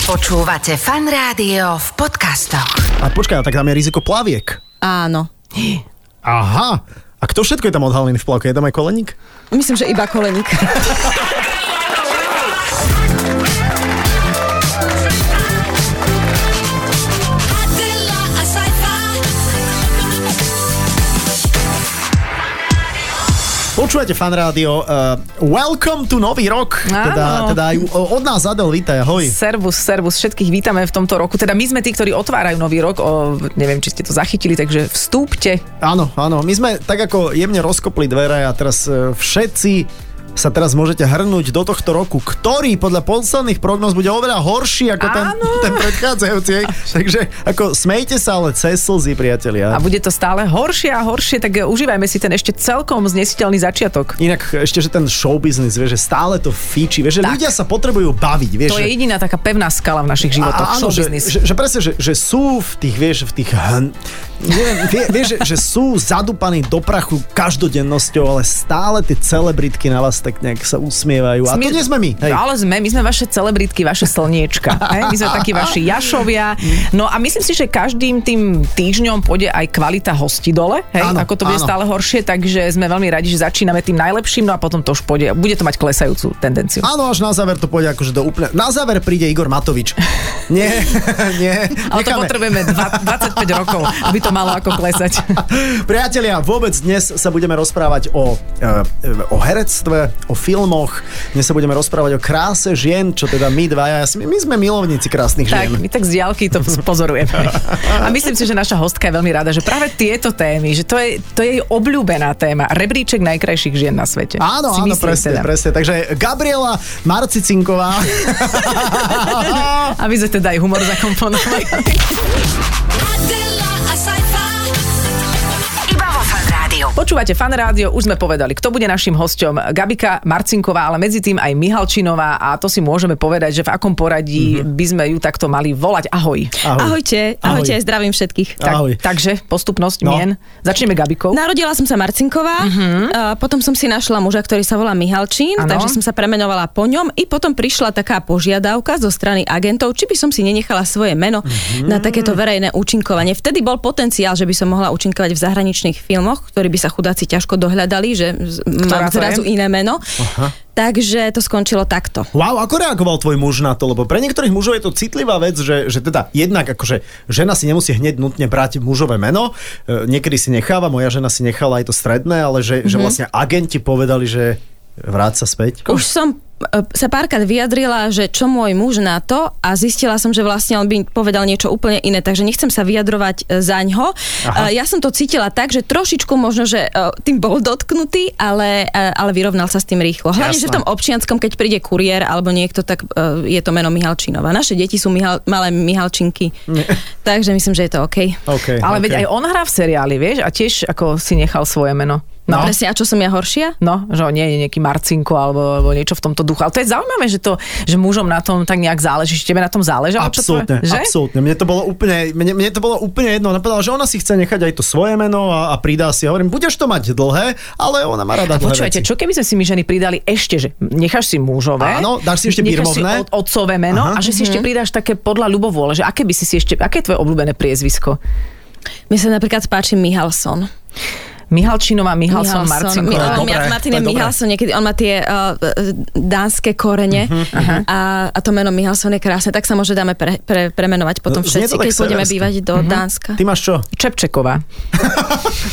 Počúvate fan rádio v podcastoch. A počkaj, a tak tam je riziko plaviek. Áno. Aha. A kto všetko je tam odhalený v plavke? Je tam aj koleník? Myslím, že iba koleník. Adela, a sci-fi. Počúvate fan rádio. Uh, welcome to nový rok. Áno. Teda, teda aj o- od nás Adel, vítaj, ahoj. Servus, servus, všetkých vítame v tomto roku. Teda my sme tí, ktorí otvárajú nový rok. O, neviem, či ste to zachytili, takže vstúpte. Áno, áno. My sme tak ako jemne rozkopli dvere a teraz e, všetci sa teraz môžete hrnúť do tohto roku, ktorý podľa posledných prognóz bude oveľa horší ako ten, Áno. ten predchádzajúci. hej. Takže ako smejte sa, ale cez slzy, priatelia. A bude to stále horšie a horšie, tak užívajme si ten ešte celkom znesiteľný začiatok. Inak ešte, že ten showbiznis, vieš, že stále to fíči, vieš, že ľudia sa potrebujú baviť, vieš. To že... je jediná taká pevná skala v našich životoch. A- áno, že, showbiznis. že, že presne, že, že sú v tých, vieš, v tých, hn, neviem, vie, vieš, že, že sú zadupaní do prachu každodennosťou, ale stále tie celebritky na vás tak nejak sa usmievajú. A to My- No, nie sme my. Hej. Ale sme, my sme vaše celebritky, vaše slniečka. hej? My sme takí vaši jašovia. No a myslím si, že každým tým týždňom pôjde aj kvalita hosti dole, hej? Áno, ako to bude áno. stále horšie, takže sme veľmi radi, že začíname tým najlepším, no a potom to už pôjde, bude to mať klesajúcu tendenciu. Áno, až na záver to pôjde akože do úplne... Na záver príde Igor Matovič. Nie, nie. Ale to potrebujeme dva- 25 rokov, aby to malo ako klesať. Priatelia, vôbec dnes sa budeme rozprávať o, e, o herectve, o filmoch, dnes sa budeme rozprávať o kráse žien, čo teda my dvaja, ja si- my sme milovníci krásnych Tak, žien. my tak z diálky to pozorujeme. A myslím si, že naša hostka je veľmi rada, že práve tieto témy, že to je, to je jej obľúbená téma. Rebríček najkrajších žien na svete. Áno, Si áno, myslím presne, teda. presne. Takže Gabriela Marcicinková. Aby sme teda aj humor zakomponovali. Adela, a sci-fi. Iba vo fan rádiu. Počúvate fan rádio, už sme povedali, kto bude našim hosťom. Gabika Marcinková, ale medzi tým aj Mihalčinová a to si môžeme povedať, že v akom Mhm. poradí mm-hmm. by sme ju takto mali volať. Ahoj. Ahojte, ahojte, Ahoj. ahoj. zdravím všetkých. A- Tak, Ahoj. Takže postupnosť No. no. mien. Začneme Gabikou. Narodila som sa Marcinková, uh-huh. potom som si našla muža, ktorý sa volá Mihalčín, Mhm. Áno. ano. takže som sa premenovala po ňom i potom prišla taká požiadavka zo strany agentov, či by som si nenechala svoje meno Mhm. uh-huh. na takéto verejné účinkovanie. Vtedy bol potenciál, že by som mohla účinkovať v zahraničných filmoch, ktorí by sa chudáci ťažko dohľadali, že z- Ktorá mám to je? zrazu iné meno. Aha. Takže to skončilo takto. Wow, ako reagoval tvoj muž na to? Lebo pre niektorých mužov je to citlivá vec, že, že teda jednak akože žena si nemusí hneď nutne brať mužové meno. E, Niekedy si necháva, moja žena si nechala aj to stredné, ale že, mm-hmm. Mhm. že vlastne agenti povedali, že vráť sa späť. Už som e, sa párkrát vyjadrila, že čo môj muž na to a zistila som, že vlastne on by povedal niečo úplne iné, takže nechcem sa vyjadrovať e, za ňo. Aha. E, Ja som to cítila tak, že trošičku možno, že e, tým bol dotknutý, ale, e, ale vyrovnal sa s tým rýchlo. Hlavne, Jasné. že v tom občianskom, keď príde kuriér alebo niekto, tak e, je to meno Mihalčinova. Naše deti sú Mihal, malé Mihalčinky, takže myslím, že je to OK. Okay, Ale veď aj on hrá v seriáli, vieš, a tiež ako si nechal svoje meno. No. No. Presne, a čo som ja horšia? No, že on nie je nejaký Marcinko alebo, alebo niečo v tomto duchu. Ale to je zaujímavé, že, to, že mužom na tom tak nejak záleží. Že Tebe na tom záležalo? čo tvoje- Absolútne, že? absolútne. Mne to bolo úplne, mne, mne to bolo úplne jedno. Ona povedala, že ona si chce nechať aj to svoje meno a, a pridá si. Ja hovorím, budeš to mať dlhé, ale ona má rada dlhé Počúvajte, veci. čo keby sme si my ženy pridali ešte, že necháš si mužové, Áno, dáš si ešte necháš si birmovné. od, otcové meno Aha. Aha. a že si ešte pridáš také podľa ľubovôle, že aké by si si ešte, aké je tvoje obľúbené priezvisko? Mne sa napríklad páči Mihalson. Mihalčinová, Mihalson, To je Marcinko. Mihalson, dobré, Mihalson, Martin to je dobré. Mihalson, niekedy, on má tie uh, dánske korene Mhm, uh-huh, a, a to meno Mihalson je krásne, tak sa môže dáme pre, pre, premenovať No, potom znie to všetci, tak keď pôjdeme seversky. bývať do Dánska. Ty máš čo? Čepčeková.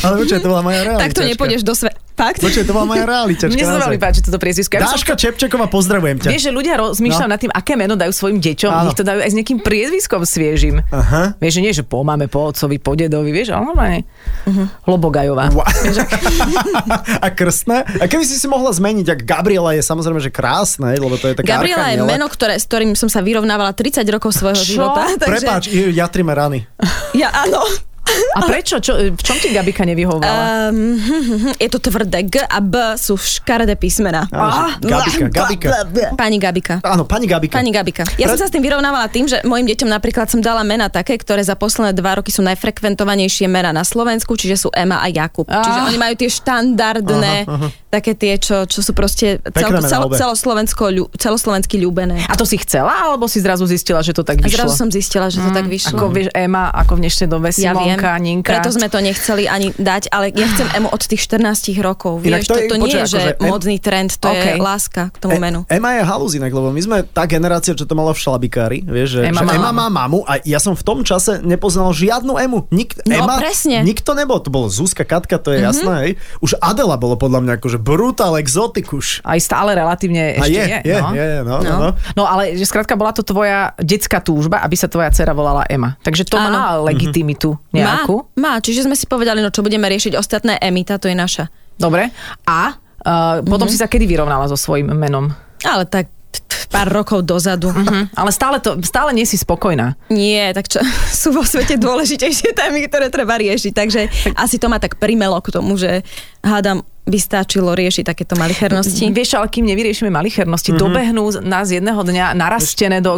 Ale počkaj, to bola moja realita. Tak to nepôjdeš do svet. Fakt? Počkaj, to bola moja realitačka. Mne sa naozaj. veľmi páči toto priezvisko. Ja by som Dáška Čepčeková, pozdravujem ťa. Vieš, že ľudia rozmýšľajú No. no. nad tým, aké meno dajú svojim deťom. Áno. Nech to dajú aj s nejakým priezviskom sviežim. Aha. Vieš, že nie, že po mame, po otcovi, po dedovi, vieš, ale normálne. Mhm. Uh-huh. Lobogajová. Wa- a krstné? A keby si si mohla zmeniť, ak Gabriela je samozrejme, že krásne, lebo to je taká Gabriela archaniela. je meno, ktoré, s ktorým som sa vyrovnávala 30 rokov svojho Čo? života. Takže Prepáč, i- ja trime rany. Ja áno. A prečo? Čo, v čom ti Gabika nevyhovovala? Um, hm, hm, hm, je to tvrdé. G a B sú škaredé písmena. Á, že Gabika, Gabika. Pani Gabika. Áno, pani Gabika. Pani Gabika. Ja Pre- som sa s tým vyrovnávala tým, že mojim deťom napríklad som dala mena také, ktoré za posledné dva roky sú najfrekventovanejšie mena na Slovensku, čiže sú Ema a Jakub. Ah. Čiže oni majú tie štandardné, Aha, aha. také tie, čo, čo sú proste Pekné mená cel, cel, obe. celoslovensko, ľu- celoslovensky ľúbené. A to si chcela, alebo si zrazu zistila, že to tak A vyšlo? zrazu som zistila, že to tak vyšlo. Ako vieš, Ema, ako v dnešnej dobe Ja viem, Mm. Simonka, Ninka. preto sme to nechceli ani dať, ale ja chcem emu od tých 14 rokov. Inak Vieš, to to, je- to nie počkaj, je, že akože em- modný trend, to Okej. je láska k tomu menu. E- Ema je halúz inak, lebo my sme tá generácia, čo to mala v šlabikári, vieš, že Ema, Ema má že Ema má mamu a ja som v tom čase nepoznal žiadnu Emu. Nik- No, Ema, presne. Nikto nebol, to bolo Zuzka, Katka, to je mm-hmm. jasné, hej. Už Adela bolo podľa mňa akože brutál exotikuš. Aj stále relatívne A ešte je, je, no. je, je, no, no. no. No ale že skrátka bola to tvoja detská túžba, aby sa tvoja dcera volala Ema. Takže to Áno. Áno. Mhm. má legitimitu nejakú. Má, má, čiže sme si povedali, no čo budeme riešiť ostatné Emy, táto je naša. Dobre. A uh, potom Mhm. si sa kedy vyrovnala so svojím menom? Ale tak t- t- pár rokov dozadu. Mhm. Hm. Ale stále, to, stále nie si spokojná. Nie, tak čo, sú vo svete dôležitejšie témy, ktoré treba riešiť, takže asi to ma tak primelo k tomu, že hádam, by stačilo riešiť takéto malichernosti. Vieš, ale kým nevyriešime Mhm. malichernosti, mm-hmm. dobehnú z- nás jedného dňa narastené do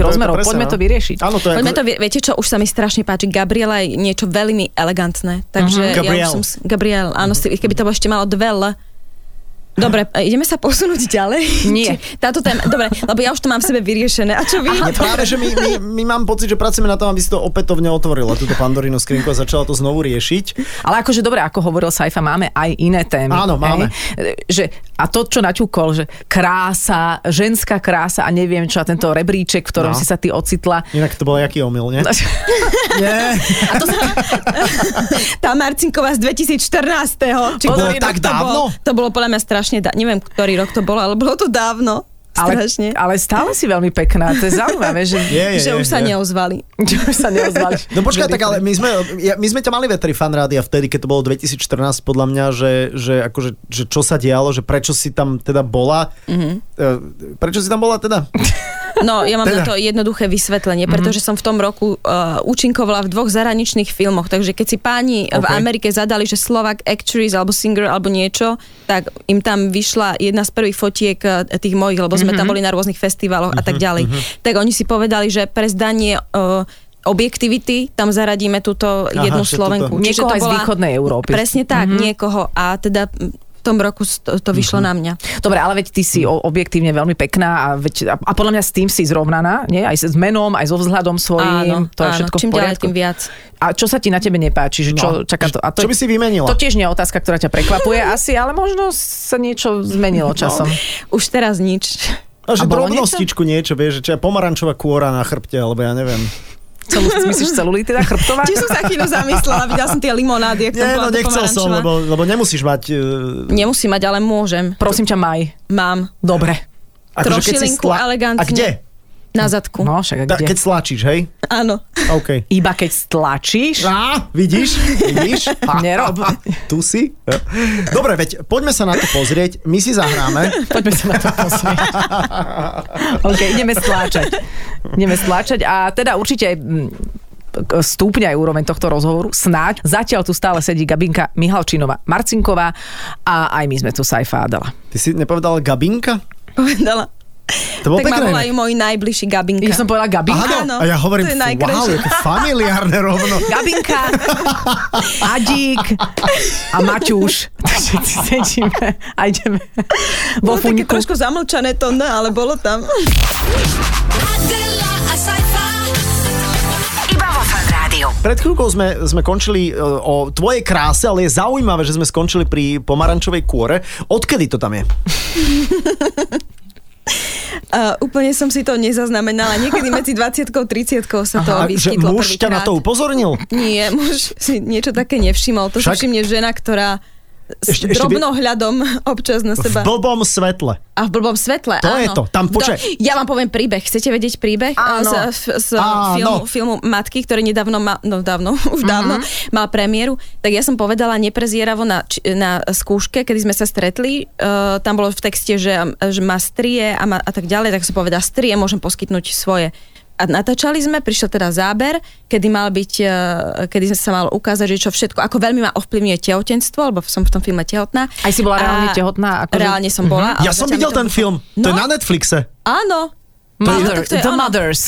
To je to rozmerov. presne, Poďme no. to vyriešiť. Áno, to je Poďme ako- to, vie- viete čo, už sa mi strašne páči. Gabriela je niečo veľmi elegantné. Mhm. Takže ja Gabriel. už som... s- Gabriel, áno, si- keby to bolo ešte malo dve L. Dobre, e, ideme sa posunúť ďalej? Nie. Či- Táto téma, dobre, lebo ja už to mám v sebe vyriešené. A čo vy? Nie, práve, že my, my, my mám pocit, že pracujeme na tom, aby si to opätovne otvorila, túto Pandorinu skrinku a začala to znovu riešiť. Ale akože dobre, ako hovoril Saifa, máme aj iné témy. Áno, máme. Hej? Že, a to, čo naťukol, že krása, ženská krása a neviem čo, a tento rebríček, v ktorom no. No. si sa ty ocitla. Inak to bol jaký omyl, nie? Nie. A to sa... Tá Marcinková z 2014. Či To bolo ktorý rok tak dávno? Bolo, to bolo podľa mňa strašne dávno. Neviem, ktorý rok to bolo, ale bolo to dávno. Ale, Strašne. ale stále si veľmi pekná, to je zaujímavé, že, Je, je, že je, už sa je. neozvali. že už sa neozvali. No počkaj, tak ale my sme, ja, my sme ťa mali vetri fanrádia vtedy, keď to bolo 2014, podľa mňa, že, že, akože, že čo sa dialo, že prečo si tam teda bola, mm-hmm. prečo si tam bola teda? No, ja mám Teda. Mhm. teda. na to jednoduché vysvetlenie, pretože som v tom roku uh, účinkovala v dvoch zahraničných filmoch, takže keď si páni okay. v Ok. Amerike zadali, že Slovak actress alebo singer alebo niečo, tak im tam vyšla jedna z prvých fotiek eh, tých mojich, lebo sme mm-hmm. tam Mhm. boli na rôznych festivaloch a tak ďalej. Mm-hmm. Tak oni si povedali, že pre zdanie uh, objektivity, tam zaradíme túto Aha, jednu že túto. Slovenku. Čiže Niekoho to aj z bola- východnej Európy. Mhm. Presne tak, mm-hmm. niekoho. A teda mm, v tom roku to, to Mhm. vyšlo mm-hmm. na mňa. Dobre, ale veď ty si o- objektívne veľmi pekná a, veď, a, a podľa mňa s tým si zrovnaná, nie? Aj s s menom, aj so vzhľadom svojím, to je všetko čím v ďalej, poriadku. tým viac. A čo sa ti na tebe nepáči? Že čo, No. čaká to, a to, Čo by si vymenila? To tiež nie je otázka, ktorá ťa prekvapuje asi, ale možno sa niečo zmenilo časom. No. Už teraz nič. No, že A bolo drobnostičku niečo, vieš, že čo je pomarančová kôra na chrbte, alebo ja neviem. Celú, myslíš celulity, teda chrbtová? Či som sa chvíľu zamyslela, videla som tie limonády, jak tam Nie, bola no tá nechcel som, pomarančová. lebo, lebo nemusíš mať... Uh, Nemusím mať, ale môžem. Prosím ťa, maj. Mám. Dobre. Akože Trošilinku elegantne. A kde? Na zadku. No, však a Ta, kde? keď stlačíš, hej? Áno. OK. Iba keď stlačíš? Á, vidíš? Vidíš? Nerob. Tu si? Dobre, veď poďme sa na to pozrieť. My si zahráme. Poďme sa na to pozrieť. OK, ideme stláčať. Ideme stláčať a teda určite mm, k- stúpne aj úroveň tohto rozhovoru. Snáď. Zatiaľ tu stále sedí Gabinka Mihalčinová Marcinková a aj my sme tu Saifa Adela. Ty si nepovedal Gabinka? Povedala. To bolo tak ma pekné. volajú môj najbližší Gabinka. Ja som povedala Aha, Gabinka. no. Áno, a ja hovorím, to je wow, najkrajšie. je to familiárne rovno. no. Gabinka, Adík a Maťuš. Všetci sedíme a ideme Bolo vo také funku. trošku zamlčané to ne, ale bolo tam. Adela, a sci-fi. Iba vo Fan Rádiu. Pred chvíľkou sme, sme končili e, o tvojej kráse, ale je zaujímavé, že sme skončili pri pomarančovej kôre. Odkedy to tam je? A úplne som si to nezaznamenala. Niekedy medzi 20 30 sa to A že vyskytlo muž ťa na prvýkrát. to upozornil? Nie, muž si niečo také nevšimol. To Však- si všimne žena, ktorá s Ešte- ešte by- drobnohľadom občas na V seba. blbom svetle. A v blbom svetle, To áno. je to. Tam, Do- počkaj. Ja vám poviem príbeh. Chcete vedieť príbeh? E, Áno. Z, f- z Áno. filmu, filmu Matky, ktorý nedávno, ma, no dávno, už dávno, Mhm. mal premiéru. Tak ja som povedala neprezieravo na, či- na skúške, kedy sme sa stretli. Uh, tam bolo v texte, že, že má strie a, má, a tak ďalej. Tak som povedala, strie môžem poskytnúť svoje. a natáčali sme, prišiel teda záber, kedy mal byť, e, kedy sa mal ukázať, že čo všetko, ako veľmi ma ovplyvňuje tehotenstvo, lebo som v tom filme tehotná. Aj si bola A reálne tehotná, akože- Reálne som bola. Ja ale som videl zatiaľ mi to No? ten vyšlo. film. To je na Netflixe. Áno. Mother, No, tak to je the ono. Mothers.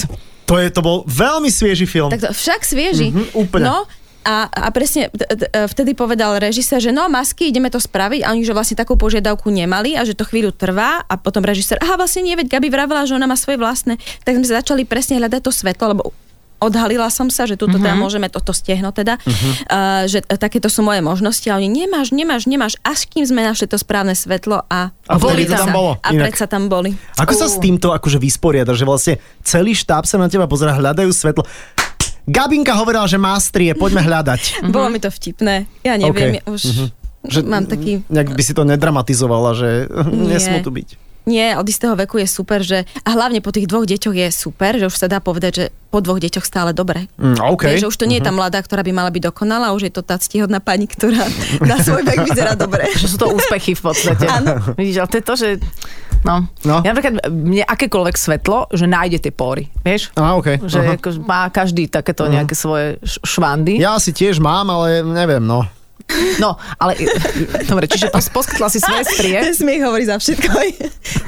To, je, to bol veľmi svieži film. Tak to však svieži. Mhm, úplne. No, a, a presne t- t- vtedy povedal režisér, že no masky, ideme to spraviť a oni že vlastne takú požiadavku nemali a že to chvíľu trvá a potom režisér, aha vlastne nie, veď Gabi vravela, že ona má svoje vlastné, tak sme sa začali presne hľadať to svetlo, lebo odhalila som sa, že tuto teda môžeme toto stiehno teda, Mhm. uh, že t- takéto sú moje možnosti a oni nemáš, nemáš, nemáš, až kým sme našli to správne svetlo a, A vtedy to predsa- tam bolo, a inak. predsa tam boli. Ako sa s týmto akože vysporiada, že vlastne celý štáb sa na teba pozera, hľadajú svetlo. Gabinka hovorila, že má strie, poďme hľadať. Bolo mi to vtipné, ja Mhm. neviem, Ok. Mhm. ja už že, mám taký... Nejak by si to nedramatizovala, že Nie. nesmú tu byť. Nie, od istého veku je super, že a hlavne po tých dvoch deťoch je super, že už sa dá povedať, že po dvoch deťoch stále dobre. Mm, OK. Vieš, že už to nie je tá mladá, ktorá by mala byť dokonalá, už je to tá ctihodná pani, ktorá na svoj vek vyzerá Teda dobre. Že sú to úspechy v podstate. Áno. Vidíš, ale to je to, že... No. No. Ja napríklad, mne akékoľvek svetlo, že nájde tie pory, vieš? Á, OK. No. Aha. Mhm. Že ako, má každý takéto nejaké svoje š- švandy. Ja si tiež mám, ale neviem, no. No, ale... Dobre, čiže pos- poskytla si svoje strie. Ten smiech hovorí za všetko.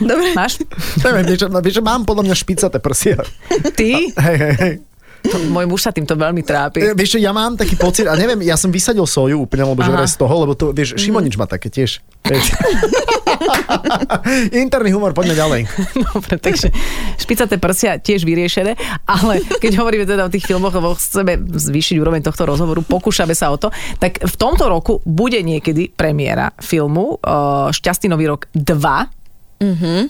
Dobre. Máš? Neviem, niečo, vieš, že mám podľa mňa špicaté prsia. Ty? Hej, hej, hej. To, môj muž sa týmto veľmi trápi. E, Vieš čo, ja mám taký pocit, a neviem, ja som vysadil soju úplne, lebo Aha. žere z toho, lebo to, vieš, Šimonič má také tiež. Vieš. Interný humor, poďme ďalej. Dobre, takže špicaté prsia tiež vyriešené, ale keď hovoríme teda o tých filmoch, lebo chceme zvýšiť úroveň tohto rozhovoru, pokúšame sa o to, tak v tomto roku bude niekedy premiéra filmu uh, Šťastný nový rok 2. Mm-hmm.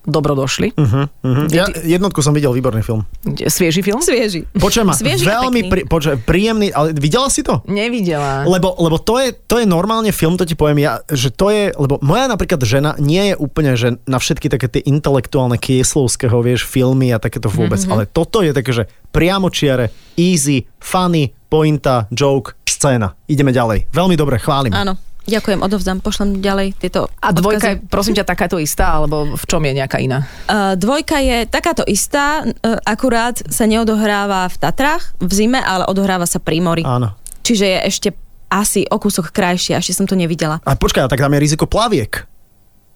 Dobro došli. Uh-huh, uh-huh. Ja, jednotku som videl, výborný film. Svieži film? Svieži. Počujem ma, Svieži a veľmi pekný. pri, počujem, príjemný, ale videla si to? Nevidela. Lebo, lebo to, je, to je normálne film, to ti poviem ja, že to je, lebo moja napríklad žena nie je úplne, že na všetky také tie intelektuálne kieslovského, vieš, filmy a takéto vôbec, Mhm. mm-hmm. ale toto je také, že priamočiare, easy, funny, pointa, joke, scéna. Ideme ďalej. Veľmi dobre, chválim. Áno. Ďakujem, odovzdám, pošlem ďalej tieto A dvojka je, odkazy. prosím ťa, takáto istá, alebo v čom je nejaká iná? Uh, dvojka je takáto istá, uh, akurát sa neodohráva v Tatrách v zime, ale odohráva sa pri mori. Áno. Čiže je ešte asi o kúsok krajšia, ešte som to nevidela. A počkaj, a tak tam je riziko plaviek.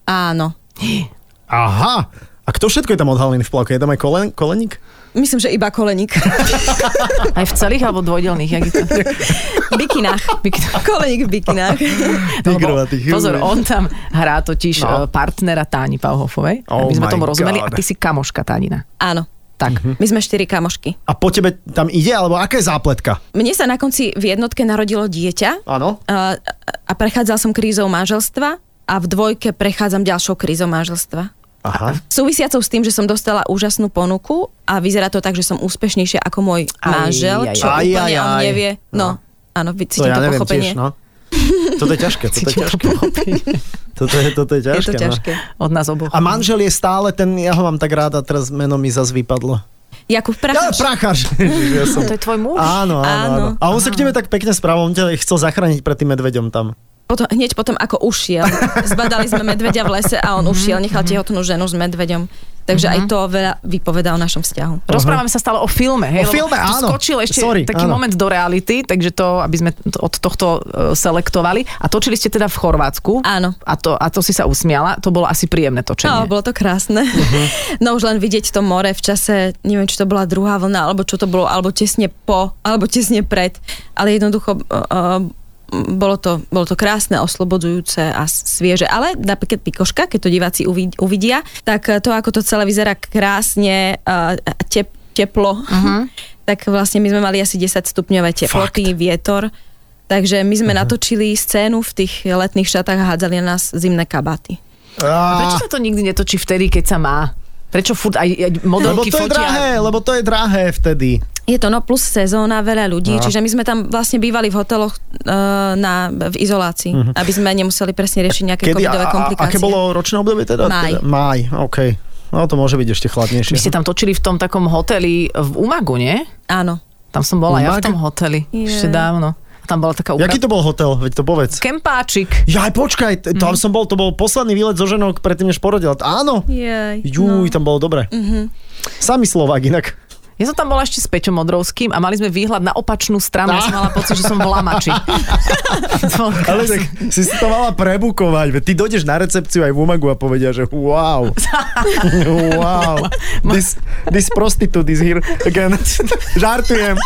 Áno. Aha. A kto všetko je tam odhalený v plavke? Je tam aj kolen, koleník? Myslím, že iba koleník. Aj v celých alebo dvojdelných? Jak je to? V bikinách. koleník v bikinách. Ty Lebo, krovatý, pozor, chudé. on tam hrá totiž No. no. partnera Táni Pauhofovej. Oh Oh my sme my tomu rozumeli God. a ty si kamoška Tánina. Áno. Tak. Mhm. My sme štyri kamošky. A po tebe tam ide, alebo aká je zápletka? Mne sa na konci v jednotke narodilo dieťa Áno. a, a prechádzal som krízou manželstva a v dvojke prechádzam ďalšou krízou manželstva. Aha. Súvisiacou s tým, že som dostala úžasnú ponuku a vyzerá to tak, že som úspešnejšia ako môj Aj, manžel, aj, čo aj. úplne Aj, aj, on aj. nevie. No. No, áno, vy- To cítim ja to, neviem pochopenie. tiež, no. Toto je ťažké, toto je Cítim ťažké. Toto je, toto je Je ťažké. to ťažké. No. Od nás oboch. A manžel je stále ten, ja ho mám tak rád a teraz meno mi zase vypadlo. Jakub Ja, Pracháč. prachář. Ježiš, ja som... To je tvoj muž? Áno, áno, áno. Áno. A on sa k tebe tak pekne správal, on ťa chcel zachrániť pred tým medveďom tam. potom, hneď potom, ako ušiel. Zbadali sme medveďa v lese a on ušiel, nechal tehotnú ženu s medveďom. Takže aj to veľa vypoveda o našom vzťahu. Rozprávame sa stále o filme. Hej, O lebo filme, tu áno. Skočil ešte Sorry, taký áno. moment do reality, takže to, aby sme t- od tohto e, selektovali. A točili ste teda v Chorvátsku. Áno. A to, a to si sa usmiala. To bolo asi príjemné No, točenie. bolo to krásne. Uh-huh. No už len vidieť to more v čase, neviem, či to bola druhá vlna, alebo čo to bolo, alebo tesne po, alebo tesne pred. Ale jednoducho uh, bolo, to, bolo to krásne, oslobodzujúce a svieže. Ale napríklad Pikoška, keď to diváci uvi- uvidia, tak eh, to, ako to celé vyzerá krásne, uh, tep, teplo, uh-huh. tak vlastne my sme mali asi 10 stupňové teploty, Fakt. vietor. Takže my sme natočili scénu v tých letných šatách a hádzali na nás zimné kabáty. Prečo Á, sa to nikdy netočí vtedy, keď sa má? Prečo furt aj, aj lebo modelky to je fotia? drahé, lebo to je drahé vtedy. Je to no plus sezóna, veľa ľudí, no. čiže my sme tam vlastne bývali v hoteloch uh, na, v izolácii, uh-huh. aby sme nemuseli presne riešiť nejaké Kedy, Mhm. E, covidové a, a, komplikácie. aké bolo ročné obdobie teda? Máj. Teda, máj, okej. No to môže byť ešte chladnejšie. Vy ste tam točili v tom takom hoteli v Umagu, nie? Áno. Tam som bola ja Umag? v tom hoteli Je. ešte dávno. A Tam bola taká Jaký to bol hotel? Veď to povedz. Kempáčik. Ja aj počkaj, t- Mhm. tam som bol, to bol posledný výlet so ženou No. predtým, než porodila. Áno. Jej, Mhm. Juj, tam bolo dobre. Mm-hmm. Sami Slovák inak. Ja som tam bola ešte s Peťom Modrovským a mali sme výhľad na opačnú stranu. Ja som mala pocit, že som v Lamači. To bolo Ale krásne. tak si si to mala prebukovať. veď Ty dojdeš na recepciu aj v Umagu a povedia, že wow. wow. This, this prostitute is here again. Žartujem.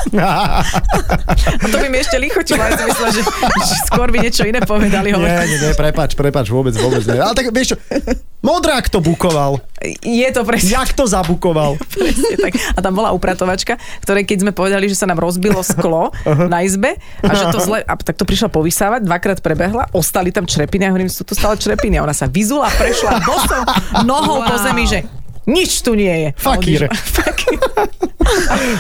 A to by mi ešte lichotilo, ja som myslela, že, že skôr by niečo iné povedali. nie, hovorím, nie, nie, prepač, prepač, vôbec, vôbec nie. Ale tak vieš čo, Modrák to bukoval. Je to presne. Jak to zabukoval? Presne tak. A tam bola upratovačka, ktorej keď sme povedali, že sa nám rozbilo sklo na izbe a že to zle, a tak to prišla povysávať, dvakrát prebehla, ostali tam črepiny a hovorím, sú tu stále črepiny a ona sa vyzula, prešla bosom nohou po zemi, že nič tu nie je. Fakír. A odišla. Fakír.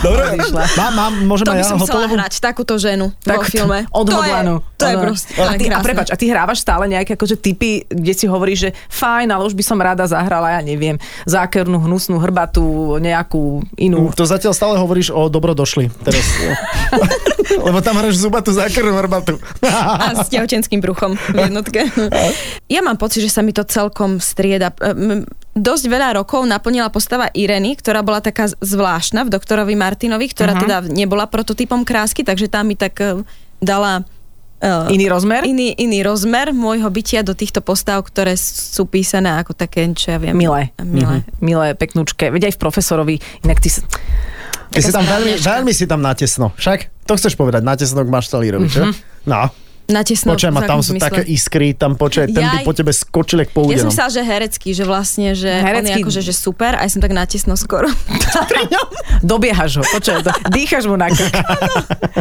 Dobre, Odišla. mám, mám, môžem aj To by ja som chcela hotelovú? hrať, takúto ženu vo Tak, filme. Odhodlanú. To je, to je Odhodlanú. proste a, ty, a krásne. prepač, a ty hrávaš stále nejaké akože typy, kde si hovoríš, že fajn, ale už by som rada zahrala, ja neviem, zákernú, hnusnú, hrbatú, nejakú Mm, Hm. inú. To zatiaľ stále hovoríš o dobrodošli. Teraz. Lebo tam hráš zubatú zákrnú hrbatu. A s tehotenským bruchom v jednotke. Ja mám pocit, že sa mi to celkom strieda. Ehm, Dosť veľa rokov naplnila postava Ireny, ktorá bola taká z- zvláštna v doktorovi Martinovi, ktorá Mhm. uh-huh. teda nebola prototypom krásky, takže tá mi tak eh, dala eh, Iný rozmer? Iný, iný rozmer môjho bytia do týchto postav, ktoré sú písané ako také, čo ja viem. Milé. Milé. Mhm. milé, peknúčke. Veď aj v profesorovi, inak ty sa... Ty si tam veľmi, veľmi si tam natesno. Však? To chceš povedať, natesno k maštalírovi, Mhm. čo? No. Natesno. Počujem, a v tam akom sú zmysle. také iskry, tam počujem, ten by Jaj. po tebe skočil jak po Ja údenom. som myslela, že herecký, že vlastne, že Herecký. herecký. on je akože, že super, aj som tak natesno skoro. Pri ňom. Dobiehaš ho, počujem, do, dýchaš mu na krk.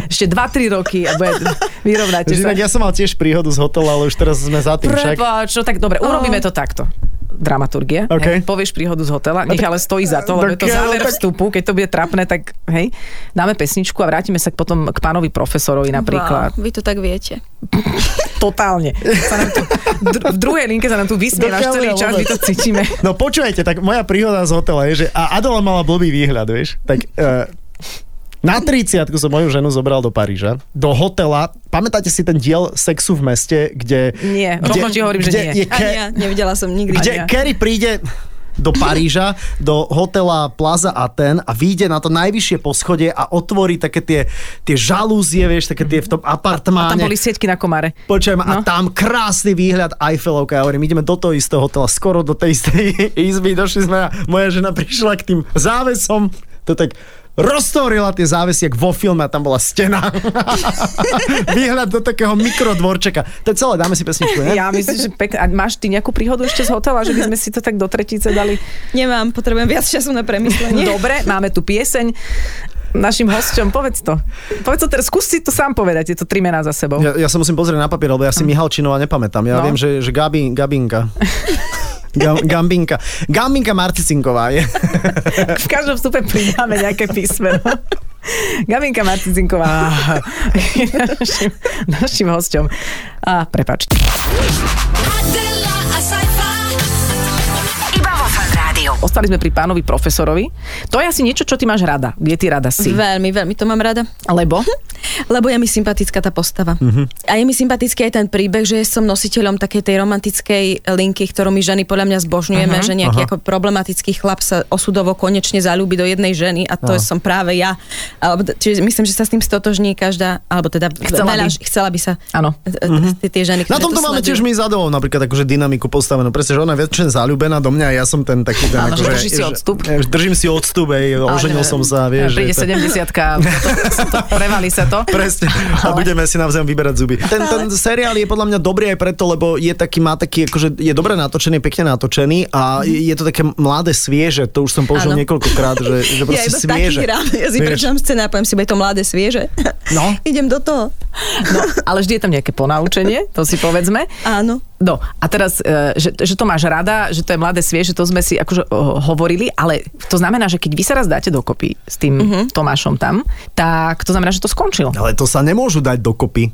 Ešte 2-3 roky a bude, vyrovnáte Takže sa. inak ja som mal tiež príhodu z hotela, ale už teraz sme za tým však. Prepáč, no tak dobre, urobíme to takto. Dramaturgia. OK. Hej, povieš príhodu z hotela, nech ale stojí za to, lebo je to Tak, záver tak- vstupu, keď to bude trapné, tak hej, dáme pesničku a vrátime sa k- potom k pánovi profesorovi Wow, napríklad. vy to tak viete. Totálne. Sa nám tu, dru- v druhej linke sa nám tu vysmie náš Dokiaľ celý ja čas, my vôbec. to cítime. No počujete, tak moja príhoda z hotela je, že a Adela mala blbý výhľad, vieš, tak e, na 30 som moju ženu zobral do Paríža, do hotela. Pamätáte si ten diel sexu v meste, kde... Nie, kde, rovno ti hovorím, že kde nie. Je Ani ke, ja, nevidela som nikdy. kde Ani ja. Kerry príde do Paríža, do hotela Plaza Aten a vyjde na to najvyššie poschodie a otvorí také tie, tie žalúzie, vieš, také tie v tom Tam apartmáne. boli sieťky na komare. Počujem, a No. tam krásny výhľad Eiffelovka. Ja hovorím, ideme do toho istého hotela, skoro do tej istej izby. Došli sme a moja žena prišla k tým závesom. To tak roztvorila tie závesiek vo filme a tam bola stena. výhľad do takého mikrodvorčeka. To je celé, dáme si pesničku, ne? Ja myslím, že pek... A máš ty nejakú príhodu ešte z hotela, že by sme si to tak do tretice dali? Nemám, potrebujem viac času na premyslenie. Dobre, máme tu pieseň. Našim hosťom, povedz to. Povedz to teraz, skús si to sám povedať, tieto tri mená za sebou. Ja, ja sa musím pozrieť na papier, lebo ja si Mihalčinova nepamätám. Ja No. no. viem, že, že Gabi, Gabinka. Ga- Gambinka. Gambinka Marticinková je. V každom vstupe pridáme nejaké písmeno. Gavinka Marticinková je našim, našim hosťom. A prepačte. Adela, a Iba vo Fan Rádiu. Ostali sme pri pánovi profesorovi. To je asi niečo, čo ty máš rada. Kde ty rada si? Veľmi, veľmi to mám rada. Lebo? Lebo je mi sympatická tá postava. Mhm. A je mi sympatický aj ten príbeh, že som nositeľom takej tej romantickej linky, ktorú my ženy podľa mňa zbožňujeme, Mhm. že nejaký ako problematický chlap sa osudovo konečne zalúbi do jednej ženy a to som práve ja. Alebo, t- čiže myslím, že sa s tým stotožní každá, alebo teda Chcela by. ž- chcela by sa Áno. e, e, tie- tie ženy, Mhm. Na ktoré tomto to máme sledujú. tiež my zadovou napríklad akože dynamiku postavenú. Presne, že ona je väčšine zalúbená do mňa a ja som ten taký ten Áno, že akože... drží si odstup. Že, držím si odstup, ej, oženil som sa, vieš. Príde že to- 70 prevalí sa to. Presne. A budeme si navzájom vyberať zuby. Ten, ten seriál je podľa mňa dobrý aj preto, lebo je taký, má taký, akože je dobre natočený, pekne natočený a je to také mladé, svieže. To už som použil Mhm. Áno. niekoľkokrát, že, že Ja proste iba svieže. taký hrám, ja si Vieš. prečítam scéna a poviem si, "Bude to mladé, svieže. No. Idem do toho. No, ale vždy je tam nejaké ponaučenie, to si povedzme. Áno. No a teraz, e, že, že to máš rada, že to je mladé svieže, to sme si akože o, hovorili, ale to znamená, že keď vy sa raz dáte dokopy s tým Mhm. Tomášom tam, tak to znamená, že to skončilo. Ale to sa nemôžu dať dokopy.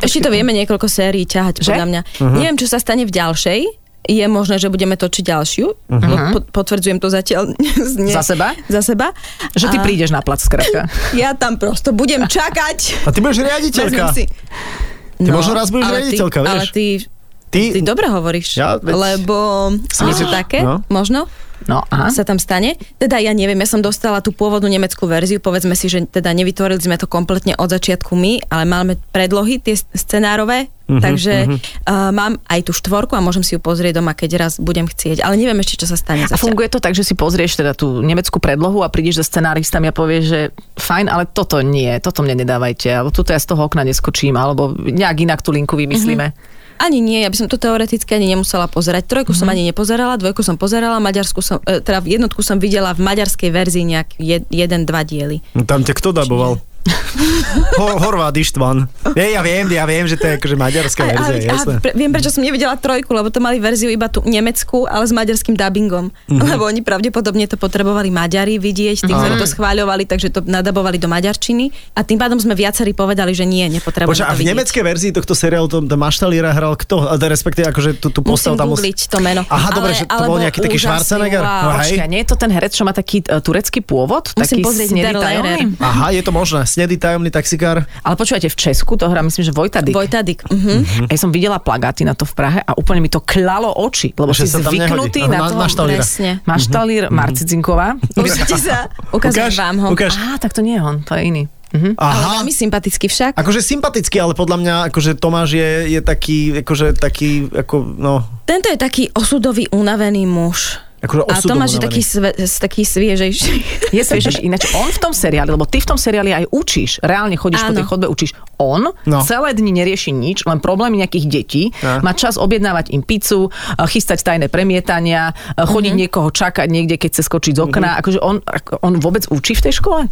Ešte to vieme niekoľko sérií ťahať, Že? že? podľa mňa. Mhm. Uh-huh. Neviem, čo sa stane v ďalšej. Je možné, že budeme točiť ďalšiu. Mhm. Uh-huh. Po- potvrdzujem to zatiaľ. nie- Za seba? Za seba. Že ty A prídeš na plac skrátka. Ja tam prosto budem čakať. A ty budeš Vezmem riaditeľka. si. No, Ty možno raz budeš ale riaditeľka, ty, vieš. Ale ty, Ty, ty dobre hovoríš, Ja, ja, veď- lebo Si niečo myslíš- také, no. no. možno. No, aha. sa tam stane. Teda ja neviem, ja som dostala tú pôvodnú nemeckú verziu, povedzme si, že teda nevytvorili sme to kompletne od začiatku my, ale máme predlohy tie s- scenárové, mm-hmm, takže mm-hmm. Uh, mám aj tú štvorku a môžem si ju pozrieť doma, keď raz budem chcieť, ale neviem ešte, čo sa stane. A zatiaľ. funguje to tak, že si pozrieš teda tú nemeckú predlohu a prídeš za scenáristami a povieš, že fajn, ale toto nie, toto mne nedávajte, alebo tuto ja z toho okna neskočím, alebo nejak inak tú linku vymyslíme. Mhm. Mm-hmm. Ani nie, ja by som to teoreticky ani nemusela pozerať. Trojku mm-hmm. som ani nepozerala, dvojku som pozerala, maďarsku som, e, teda v jednotku som videla v maďarskej verzii nejak jed, jeden, dva diely. No Tam ťa kto daboval? Ho, Horváth Ištvan. Nie, ja viem, ja viem, že to je akože maďarská Aj, verzia, ale, jasné. a pre, viem, prečo som nevidela trojku, lebo to mali verziu iba tú nemeckú, ale s maďarským dubbingom. Mhm. Mm-hmm. Lebo oni pravdepodobne to potrebovali Maďari vidieť, tí, ktorí Mhm. to schváľovali, takže to nadabovali do maďarčiny. A tým pádom sme viacerí povedali, že nie, nepotrebujeme Počkaj, a v to vidieť. nemeckej verzii tohto seriálu to, to Maštalíra hral kto? A respektíve akože tú, tú postavu Musím tam... googliť to meno. Aha, dobre, že to bol alebo nejaký taký úžasný, Schwarzenegger? wow. Aha. Hej. Počkaj, nie je to ten herec, čo má taký uh, turecký pôvod? Musím taký pozrieť snedý Der tajomný? Lehrer. Aha, je to možné. Snedý tajomný taxikár. Ale počúvate, v Česku to hrá, myslím, že Vojta Dyk. Vojta Dyk. Mhm. Hm? A Ja som videla plagáty na to v Prahe a úplne mi to klalo oči, lebo Že si sa tam zvyknutý nehodí. na Áno, to. na- Maštalíra. Presne. Mhm. Maštalír Marcicinková. Pozrite sa, ukážem Ukáž, vám ho. ukáž. Á, tak to nie je on, to je iný. Mhm. Ale Aha. veľmi sympatický však. Akože sympatický, ale podľa mňa akože Tomáš je, je taký, akože taký, ako, no, Tento je taký osudový, unavený muž. akože A osudom Tomáš je unavený. taký, sve, s- taký sviežejší. Je sviežeš ináč. On v tom seriáli, lebo ty v tom seriáli aj učíš, reálne chodíš po Áno. tej chodbe, učíš. On No. no. celé dni nerieši nič, len problémy nejakých detí. No. Má čas objednávať im pizzu, eh, chystať tajné premietania, eh, chodiť Mhm. mm-hmm. niekoho čakať niekde, keď chce skočiť z Mhm. okna. Mm-hmm. Akože on, ako- on vôbec učí v tej škole?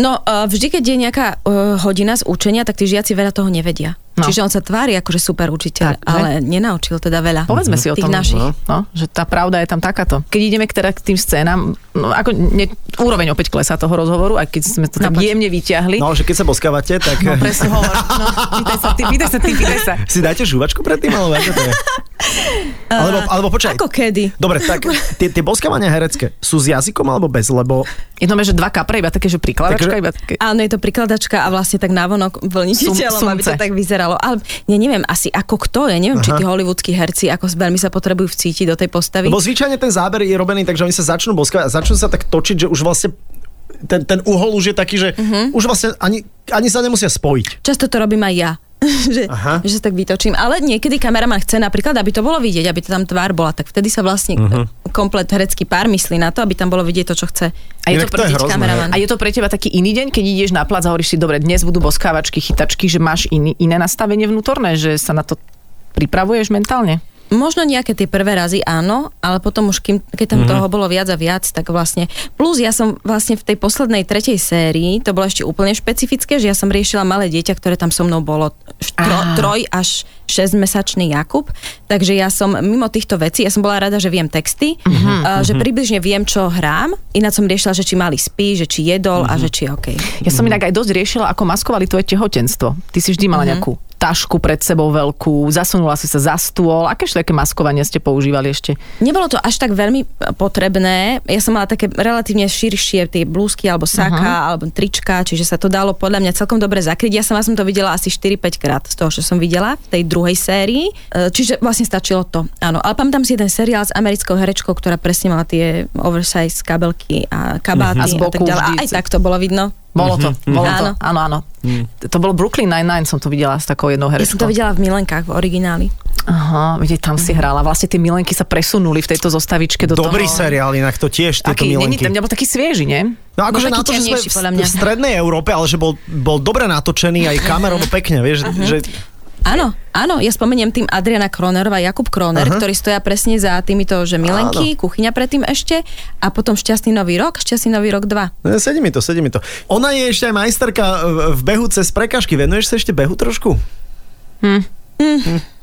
No, eh, vždy, keď je nejaká eh, hodina z učenia, tak tí žiaci veľa toho nevedia. No. Čiže on sa tvári ako že super učiteľ, Tak, že? ale nenaučil teda veľa. Povedzme si o tých tom. našich. No. no, že tá pravda je tam takáto. Keď ideme k, teda k tým scénám, no, ako ne, úroveň opäť klesá toho rozhovoru, aj keď sme to tam No, poď. jemne vyťahli. No, že keď sa boskávate, tak No, presne hovor. No, pýtaj sa, ty, pýtaj sa, ty, pýtaj sa. si dáte žuvačku predtým, alebo ako to je? Alebo, alebo počkaj. e, Ako kedy? Dobre, tak tie, tie boskávania herecké sú s jazykom alebo bez, lebo... Jedno je, že dva kapre, iba také, že prikladačka, Takže- iba také. Áno, je to prikladačka a vlastne tak návonok vlničí Sum- telom, aby to sumce. tak vyzeralo. Ale ja neviem asi ako kto, ja neviem, Aha. či tí hollywoodskí herci ako veľmi sa potrebujú vcítiť do tej postavy. Lebo zvyčajne ten záber je robený tak, že oni sa začnú boskávať a začnú sa tak točiť, že už vlastne ten, ten uhol už je taký, že už vlastne ani, ani sa nemusia spojiť. Často to robím aj ja. že, Aha. že sa tak vytočím. Ale niekedy kameraman chce napríklad, aby to bolo vidieť, aby to tam tvár bola, tak vtedy sa vlastne uh-huh. Mhm. komplet herecký pár myslí na to, aby tam bolo vidieť to, čo chce. A je, to Inak pre, to je vidieť hrozné. kameraman. a je to pre teba taký iný deň, keď ideš na plac a hovoríš si, dobre, dnes budú boskávačky, chytačky, že máš iný, iné nastavenie vnútorné, že sa na to pripravuješ mentálne? Možno nejaké tie prvé razy áno, ale potom už, kým, keď tam mm-hmm. toho bolo viac a viac, tak vlastne... Plus ja som vlastne v tej poslednej tretej sérii, to bolo ešte úplne špecifické, že ja som riešila malé dieťa, ktoré tam so mnou bolo š- tro, troj až 6 mesačný Jakub, takže ja som mimo týchto vecí, ja som bola rada, že viem texty, mm-hmm. uh, že približne viem, čo hrám, ináč som riešila, že či mali spí, že či jedol mm-hmm. a že či je OK. Mhm. Ja som inak aj dosť riešila, ako maskovali tvoje tehotenstvo. Ty si vždy mala nejakú tašku pred sebou veľkú, zasunula si sa za stôl. Aké také maskovanie ste používali ešte? Nebolo to až tak veľmi e, potrebné. Ja som mala také relatívne širšie tie blúzky alebo saka, uh-huh. alebo trička, čiže sa to dalo podľa mňa celkom dobre zakryť. Ja sama som to videla asi 4-5 krát z toho, čo som videla v tej druhej sérii. E, Čiže vlastne stačilo to. Áno, ale pamätám si jeden seriál s americkou herečkou, ktorá presne mala tie oversize kabelky a kabáty A uh-huh. Mhm. z a, boku tak ďalej. A vždy aj ce- tak to bolo vidno. Bolo to, Mhm. bolo to. Áno. Áno, áno. To bolo Brooklyn Nine-Nine, som to videla s takou jednou Ja herečkou. som to videla v Milenkách v origináli. Aha, vidíte, tam si hrala. Vlastne tie milenky sa presunuli v tejto zostavičke do Mhm. Dobrý toho. seriál, inak to tiež, tieto Aký, není, milenky. ten bol taký svieži, nie? No akože Bol na taký to, že sme temnejší, podľa mňa. v, v strednej Európe, ale že bol, bol dobre natočený aj kamerovo pekne, vieš, že... Áno, áno, ja spomeniem tým Adriana Kronerova, Jakub Kroner, Aha. ktorí stoja presne za týmito, že Milenky, áno. kuchyňa predtým ešte a potom Šťastný nový rok, Šťastný nový rok 2. No, Sedí mi to, sedí mi to. Ona je ešte aj majsterka v, v behu cez prekažky. Venuješ sa ešte behu trošku? Mm,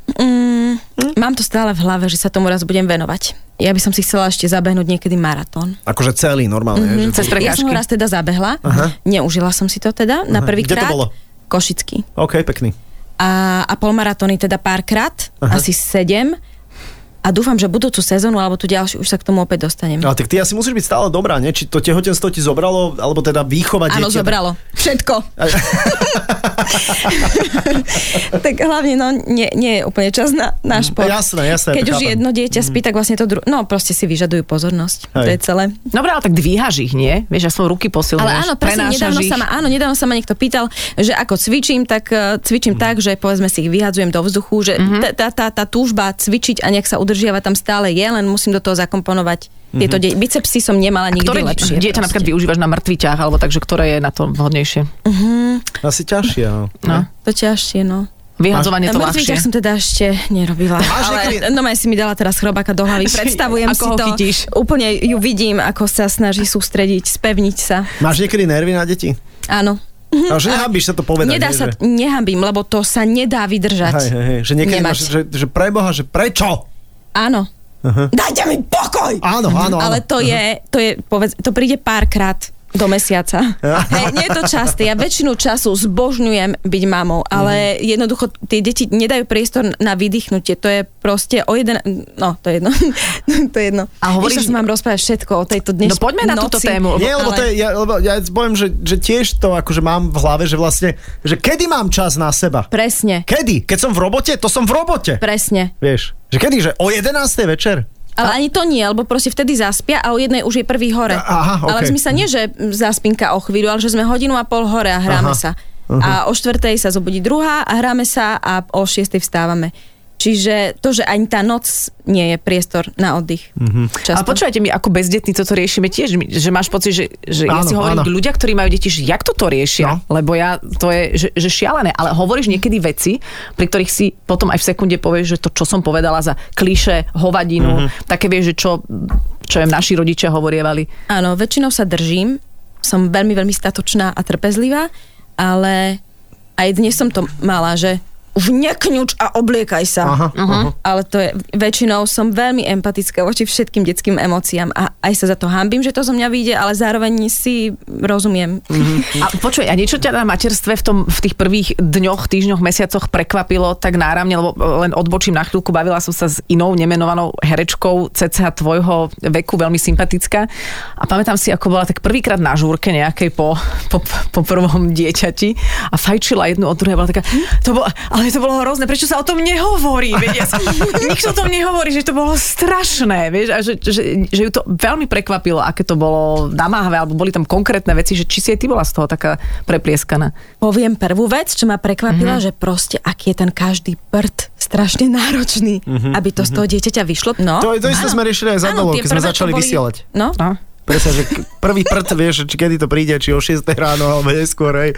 Hm? mám to stále v hlave, že sa tomu raz budem venovať. Ja by som si chcela ešte zabehnúť niekedy maratón. Akože celý normálne. Mm-hmm. Že... Cez Ja som prekážky. ho raz teda zabehla, Aha. neužila som si to teda na Aha. prvý Kde to krát. bolo? Košický. OK, pekný. A, a polmaratóny teda párkrát, Aha. asi sedem. a dúfam, že budúcu sezónu alebo tú ďalšiu už sa k tomu opäť dostanem. No, tak ty asi musíš byť stále dobrá, nie? Či to tehotenstvo ti zobralo, alebo teda výchova Áno, dieťa- zobralo. Všetko. tak hlavne, no, nie, nie je úplne čas na, na šport. jasné, jasné, Keď to už chápem. jedno dieťa spí, tak vlastne to druhé, no proste si vyžadujú pozornosť. To je Hej. celé. Dobre, ale tak dvíhaš ich, nie? Vieš, ja som ruky posilňuješ, Ale áno, presne, prenášaš nedávno ich. sa, ma, áno, nedávno sa ma niekto pýtal, že ako cvičím, tak eh, cvičím tak, že povedzme si ich vyhadzujem do vzduchu, že tá, tá, tá, tá túžba cvičiť a nejak sa udržiava tam stále je, len musím do toho zakomponovať tieto de- bicepsy som nemala nikdy Ktoré lepšie. proste. dieťa napríklad využívaš na mŕtviťach, alebo takže ktoré je na to vhodnejšie? Asi ťažšie, áno. No. To ťažšie, no. Vyhadzovanie to Na mŕtvičkách ľahšie. som teda ešte nerobila. Až ale niekedy- no si mi dala teraz chrobáka do hlavy. Že- Predstavujem ako si ho to. chytíš? Úplne ju vidím, ako sa snaží sústrediť, spevniť sa. Máš niekedy nervy na deti? Áno. A že nehábiš sa to povedať. Mhm. Nedá nie, sa, že... nehambím, lebo to sa nedá vydržať. Hej, hej, hej, že niekedy Nemať. máš, že, že preboha, že prečo? Áno. Dajte mi pokoj! Áno, áno, áno. Mhm. Ale to je, to je, povedz, to príde párkrát do mesiaca. Hej, nie je to časté. Ja väčšinu času zbožňujem byť mamou, Mhm. ale jednoducho tie deti nedajú priestor na vydýchnutie. To je proste o jeden... No, to je jedno. to je jedno. A hovoríš- Ešte sa mám rozprávať všetko o tejto dnes No poďme na túto noci. tému. Nie, lebo ale- to je, ja, lebo ja poviem, že, že tiež to akože mám v hlave, že vlastne, že kedy mám čas na seba? Presne, Kedy? Keď som v robote? To som v robote. presne. Vieš, že kedy? Že o 11. večer? Ale ani to nie, lebo proste vtedy zaspia a o jednej už je prvý hore. Aha, Ale v okej. zmysle nie, že zaspinka o chvíľu, ale že sme hodinu a pol hore a Aha. hráme sa. A o štvrtej sa zobudí druhá a hráme sa a o šiestej vstávame. Čiže to, že ani tá noc nie je priestor na oddych. Mhm. Mm-hmm. Ale počúvajte mi, ako bezdetní toto riešime tiež, my- že máš pocit, že, že ja Áno, si hovorím áno. ľudia, ktorí majú deti, že jak toto riešia, no. lebo ja, to je, že, že šialené, ale hovoríš niekedy veci, pri ktorých si potom aj v sekunde povieš, že to, čo som povedala za kliše, Mhm. hovadinu, mm-hmm. také vieš, že čo, čo im naši rodičia hovorievali. Áno, väčšinou sa držím. Som veľmi, veľmi statočná a trpezlivá, ale aj dnes som to mala, že už nekňuč a obliekaj sa. Aha, uh-huh. Ale to je, väčšinou som veľmi empatická voči všetkým detským emóciám a aj sa za to hambím, že to zo mňa vyjde, ale zároveň si rozumiem. Mhm. A počuj, a niečo ťa na materstve v, tom, v tých prvých dňoch, týždňoch, mesiacoch prekvapilo tak náramne, lebo e, len odbočím na chvíľku, bavila som sa s inou nemenovanou herečkou cca tvojho veku, veľmi sympatická. A pamätám si, ako bola tak prvýkrát na žúrke nejakej po, po, po prvom dieťati a fajčila jednu od druhej, bola taká, "Hm, to bolo, ale to bolo hrozné, prečo sa o tom nehovorí? Veď ja som, nikto o tom nehovorí, že to bolo strašné, vieš, a že, že, že ju to veľmi prekvapilo, aké to bolo namáhavé, alebo boli tam konkrétne veci, že či si aj ty bola z toho taká preplieskaná. Poviem prvú vec, čo ma Mhm. prekvapila, mm-hmm. že proste aký je ten každý prd strašne náročný, mm-hmm. aby to z toho dieťaťa vyšlo. Mhm, No, To, to isté áno. sme riešili aj za Áno, dlho, tie keď sme prvé to začali boli- vysielať. No, No. Presne, že k- prvý prd, vieš, či kedy to príde, či o 6 ráno, alebo neskôr, hej.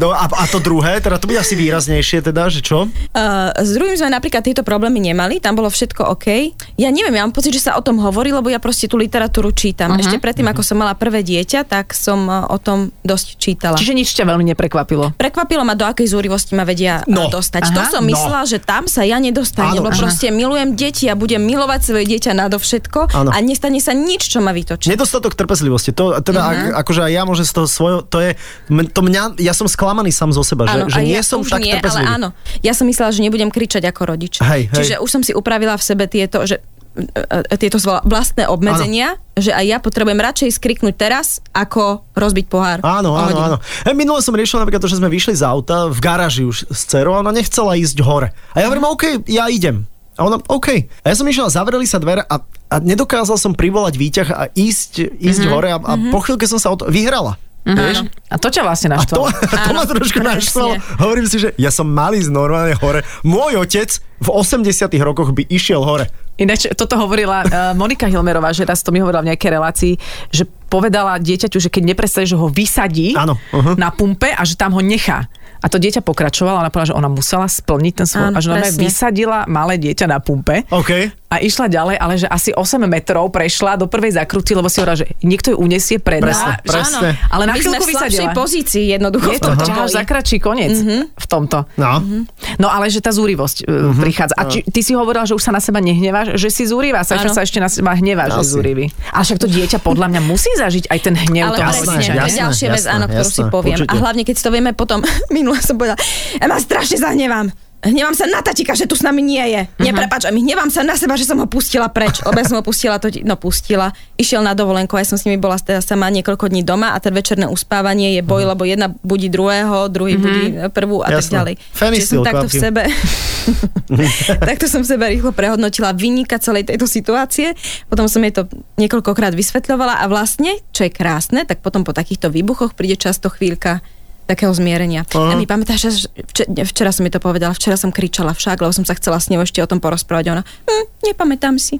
No a, a to druhé, teda to bude asi výraznejšie, teda, že čo? Uh, s druhým sme napríklad tieto problémy nemali, tam bolo všetko OK. Ja neviem, ja mám pocit, že sa o tom hovorí, lebo ja proste tú literatúru čítam. Mhm. Uh-huh. Ešte predtým, ako som mala prvé dieťa, tak som uh, o tom dosť čítala. Čiže... Čiže nič ťa veľmi neprekvapilo. Prekvapilo ma, do akej zúrivosti ma vedia uh, No, dostať. aha, to som no. myslela, že tam sa ja Áno, nedostanem, lebo aha. proste milujem deti a budem milovať svoje dieťa nadovšetko Áno. a nestane sa nič, čo ma vytočí. Nedostatok trpezlivosti. To, teda, uh-huh. Mhm. ak, akože aj ja môžem z toho svojho, to je, m- to mňa, ja som sklamaný sám zo seba, Áno, že, že a nie ja som už tak nie, ale trpezlivý. áno. Ja som myslela, že nebudem kričať ako rodič. Hej, hej. Čiže už som si upravila v sebe tieto, že e, e, tieto svoje vlastné obmedzenia, áno. že aj ja potrebujem radšej skriknúť teraz, ako rozbiť pohár. Áno, o áno, hodinu. áno. E, minule som riešil napríklad to, že sme vyšli z auta v garáži už s cerou a ona nechcela ísť hore. A ja Mhm. hovorím, OK, ja idem. A ona, OK. A ja som išiel a zavreli sa dvere a, a nedokázal som privolať výťah a ísť, ísť Mhm. mm-hmm, hore a, a mm-hmm. po chvíľke som sa o to vyhrala. Vieš? A to ťa vlastne Mhm. A to, naštvalo. to ma Áno, trošku presne. naštvalo. Hovorím si, že ja som malý z normálne hore. Môj otec v 80 rokoch by išiel hore. Ináč, toto hovorila eh, Monika Hilmerová, že raz to mi hovorila v nejakej relácii, že povedala dieťaťu, že keď neprestane, že ho vysadí Áno, aha. na pumpe a že tam ho nechá. A to dieťa pokračovalo, ona povedala, že ona musela splniť ten svoj... Áno, a že ona presne. vysadila malé dieťa na pumpe. OK. A išla ďalej, ale že asi 8 metrov prešla do prvej zakruty, lebo si hovorila, že niekto ju unesie pred Presne, nás. presne. Ale My na sme chvíľku v slabšej vysadila. pozícii jednoducho. Je v to, tomto ťa boji. zakračí koniec Mhm. v tomto. No. No ale že tá zúrivosť uh, prichádza. A či, ty si hovorila, že už sa na seba nehneváš, že si zúrivá, sa, Áno. sa ešte na seba hneváš, že Asi. zúrivý. A však to dieťa podľa mňa musí zažiť aj ten hnev Ale toho jasné, presne, to je jasné, ďalšia vec, jasné, áno, ktorú si jasné, poviem. A určite. hlavne, keď si to vieme potom, minule som povedala, ja ma strašne zahnevám. Hnevám sa na tatika, že tu s nami nie je. Mhm. Neprepač, a my hnevám sa na seba, že som ho pustila preč. Lebo ja som ho pustila, to, no pustila. Išiel na dovolenku, ja som s nimi bola teda sama niekoľko dní doma a ten večerné uspávanie je boj, lebo jedna budí druhého, druhý budí prvú a Mhm. tak Jasné. ďalej. Fany Čiže som styl, takto v chlapci. sebe, takto som v sebe rýchlo prehodnotila vynika celej tejto situácie. Potom som jej to niekoľkokrát vysvetľovala a vlastne, čo je krásne, tak potom po takýchto výbuchoch príde často chvíľka takého zmierenia. Aha. A my pamätáš, že vč- ne, včera som mi to povedala, včera som kričala však, lebo som sa chcela s ňou ešte o tom porozprávať. Ona, hm, nepamätám si.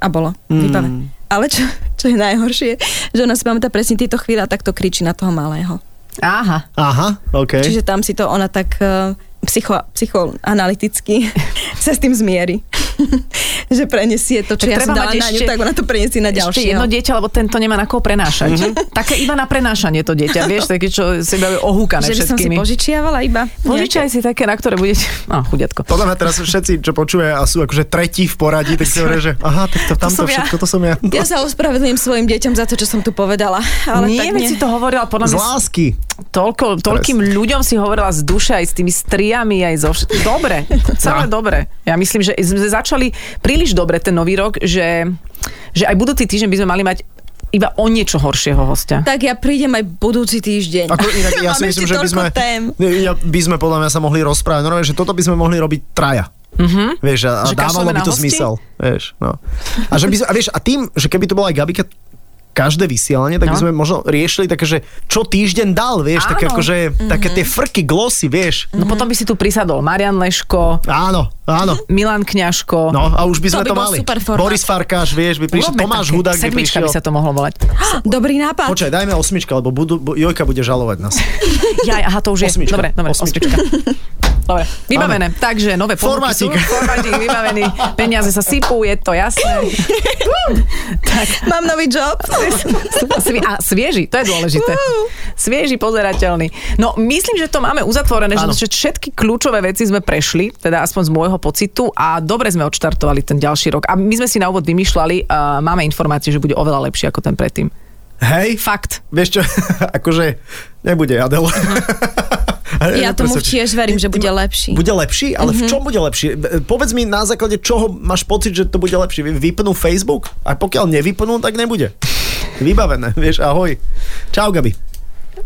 A bolo. Mm. Ale čo, čo je najhoršie, že ona si pamätá presne tieto chvíle a takto kričí na toho malého. Aha. Aha, OK. Čiže tam si to ona tak eh, psycho, psychoanalyticky sa s tým zmierí. že prenesie to, čo Tak ja som treba dala mať na ňu, ešte- tak ona to prenesie na no. Ešte ďalšieho. jedno dieťa, lebo tento nemá na koho prenášať. Mm-hmm. Také iba na prenášanie to dieťa, vieš, také, čo si dajú ohúkané že by som si všetkými. požičiavala iba. Požičaj si také, na ktoré budete... No, chudiatko. Podľa mňa teraz všetci, čo počuje a sú akože tretí v poradí, tak si hovoria, že aha, tak to, tamto som ja. všetko, to som ja. Ja sa ospravedlňujem svojim deťom za to, čo som tu povedala. Ale Ale nie, tak veď si to hovorila, podľa Z mňa lásky. toľko, toľkým ľuďom si hovorila z duše, aj s tými striami, aj zo všetkým. Dobre, celé No. dobre. Ja myslím, že sme začali príliš dobre ten nový rok, že, že aj budúci týždeň by sme mali mať iba o niečo horšieho hostia. Tak ja prídem aj budúci týždeň. Ako inak, ja si Máme myslím, ešte že by toľko sme, tém. ja, by sme podľa mňa sa mohli rozprávať. Normálne, že toto by sme mohli robiť traja. Mm-hmm. Vieš, a, a Mhm. Že dávalo kašleme by na to hosti? zmysel. Vieš, no. a, že by, sme- a, vieš, a tým, že keby to bola aj Gabika každé vysielanie, tak by No. sme možno riešili také, že čo týždeň dal, vieš, také, Áno. Mhm. akože, také tie frky, glosy, vieš. No potom by si tu prisadol Marian Leško, Áno, áno. Milan Kňažko. No a už by sme by to, bol mali. super formát. Boris Farkáš, vieš, by prišiel. Urobme Tomáš také. Hudák by Sedmička prišiel. by sa to mohlo volať. Dobrý nápad. Počkaj, dajme osmička, lebo budú, bu, Jojka bude žalovať nás. Ja, aha, to už je. Osmička. Dobre, dobre, Osmička. osmička. Dobre, vybavené. Takže nové ponuky sú. Formátik. Formátik vybavený. Peniaze sa sypú, je to jasné. Mám nový job. Svi- A svieži, to je dôležité. Svieži, pozerateľný. No, myslím, že to máme uzatvorené, Áno. že že všetky kľúčové veci sme prešli, teda aspoň z môjho pocitu a dobre sme odštartovali ten ďalší rok. A my sme si na úvod vymýšľali, uh, máme informácie, že bude oveľa lepší ako ten predtým. Hej, Fakt. vieš čo, akože nebude Adel. Ja tomu tiež verím, že bude lepší. Mhm. Bude lepší? Ale v čom bude lepší? E, Povedz mi na základe čoho máš pocit, že to bude lepší. Vy- Vypnú Facebook? A pokiaľ nevypnú, tak nebude. Vybavené, vieš, ahoj. Čau, Gabi.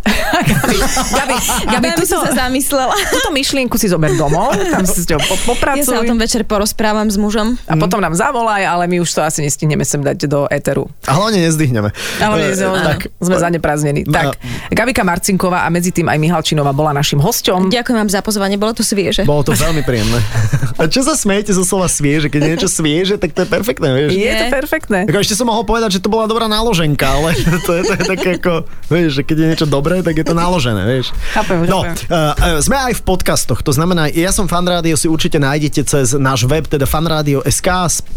Gabi, Gabi Gabi, tu túto, som sa zamyslela. túto myšlienku si zober domov, tam si s ňou po- Ja popracuj. sa o tom Mhm. večer porozprávam s mužom. a potom nám zavolaj, ale my už to asi nestihneme sem dať do éteru. A hlavne nezdyhneme. Ale my E, sme, tak, sme zanepráznení. No. Tak, Gabika Marcinková a medzi tým aj Mihalčinová bola našim Hm. hosťom. Ďakujem vám za pozvanie, bolo to svieže. Bolo to veľmi príjemné. A čo sa smejete zo slova svieže? Keď je niečo svieže, tak to je perfektné, vieš. Je to Nie. perfektné. Ako ešte som mohol povedať, že to bola dobrá náloženka, ale to je, to je také ako, vieš, že keď je niečo dobré, tak je to náložené, vieš. Chápem, no, chápem. Uh, sme aj v podcastoch, to znamená, ja som fanrádio, si určite nájdete cez náš web, teda fanradio.sk,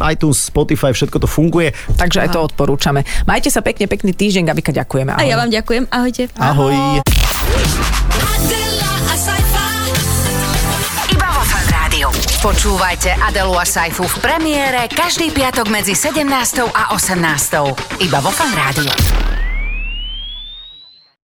iTunes, Spotify, všetko to funguje. Takže aj to odporúčame. Majte sa pekne, pekný týždeň, Gabika, ďakujeme. A ja vám ďakujem, ahojte. Ahoj. Ahoj. Adela, a Iba vo Fan Rádiu. Počúvajte Adelu a Saifu v premiére každý piatok medzi 17. a 18. Iba vo Fan Rádiu.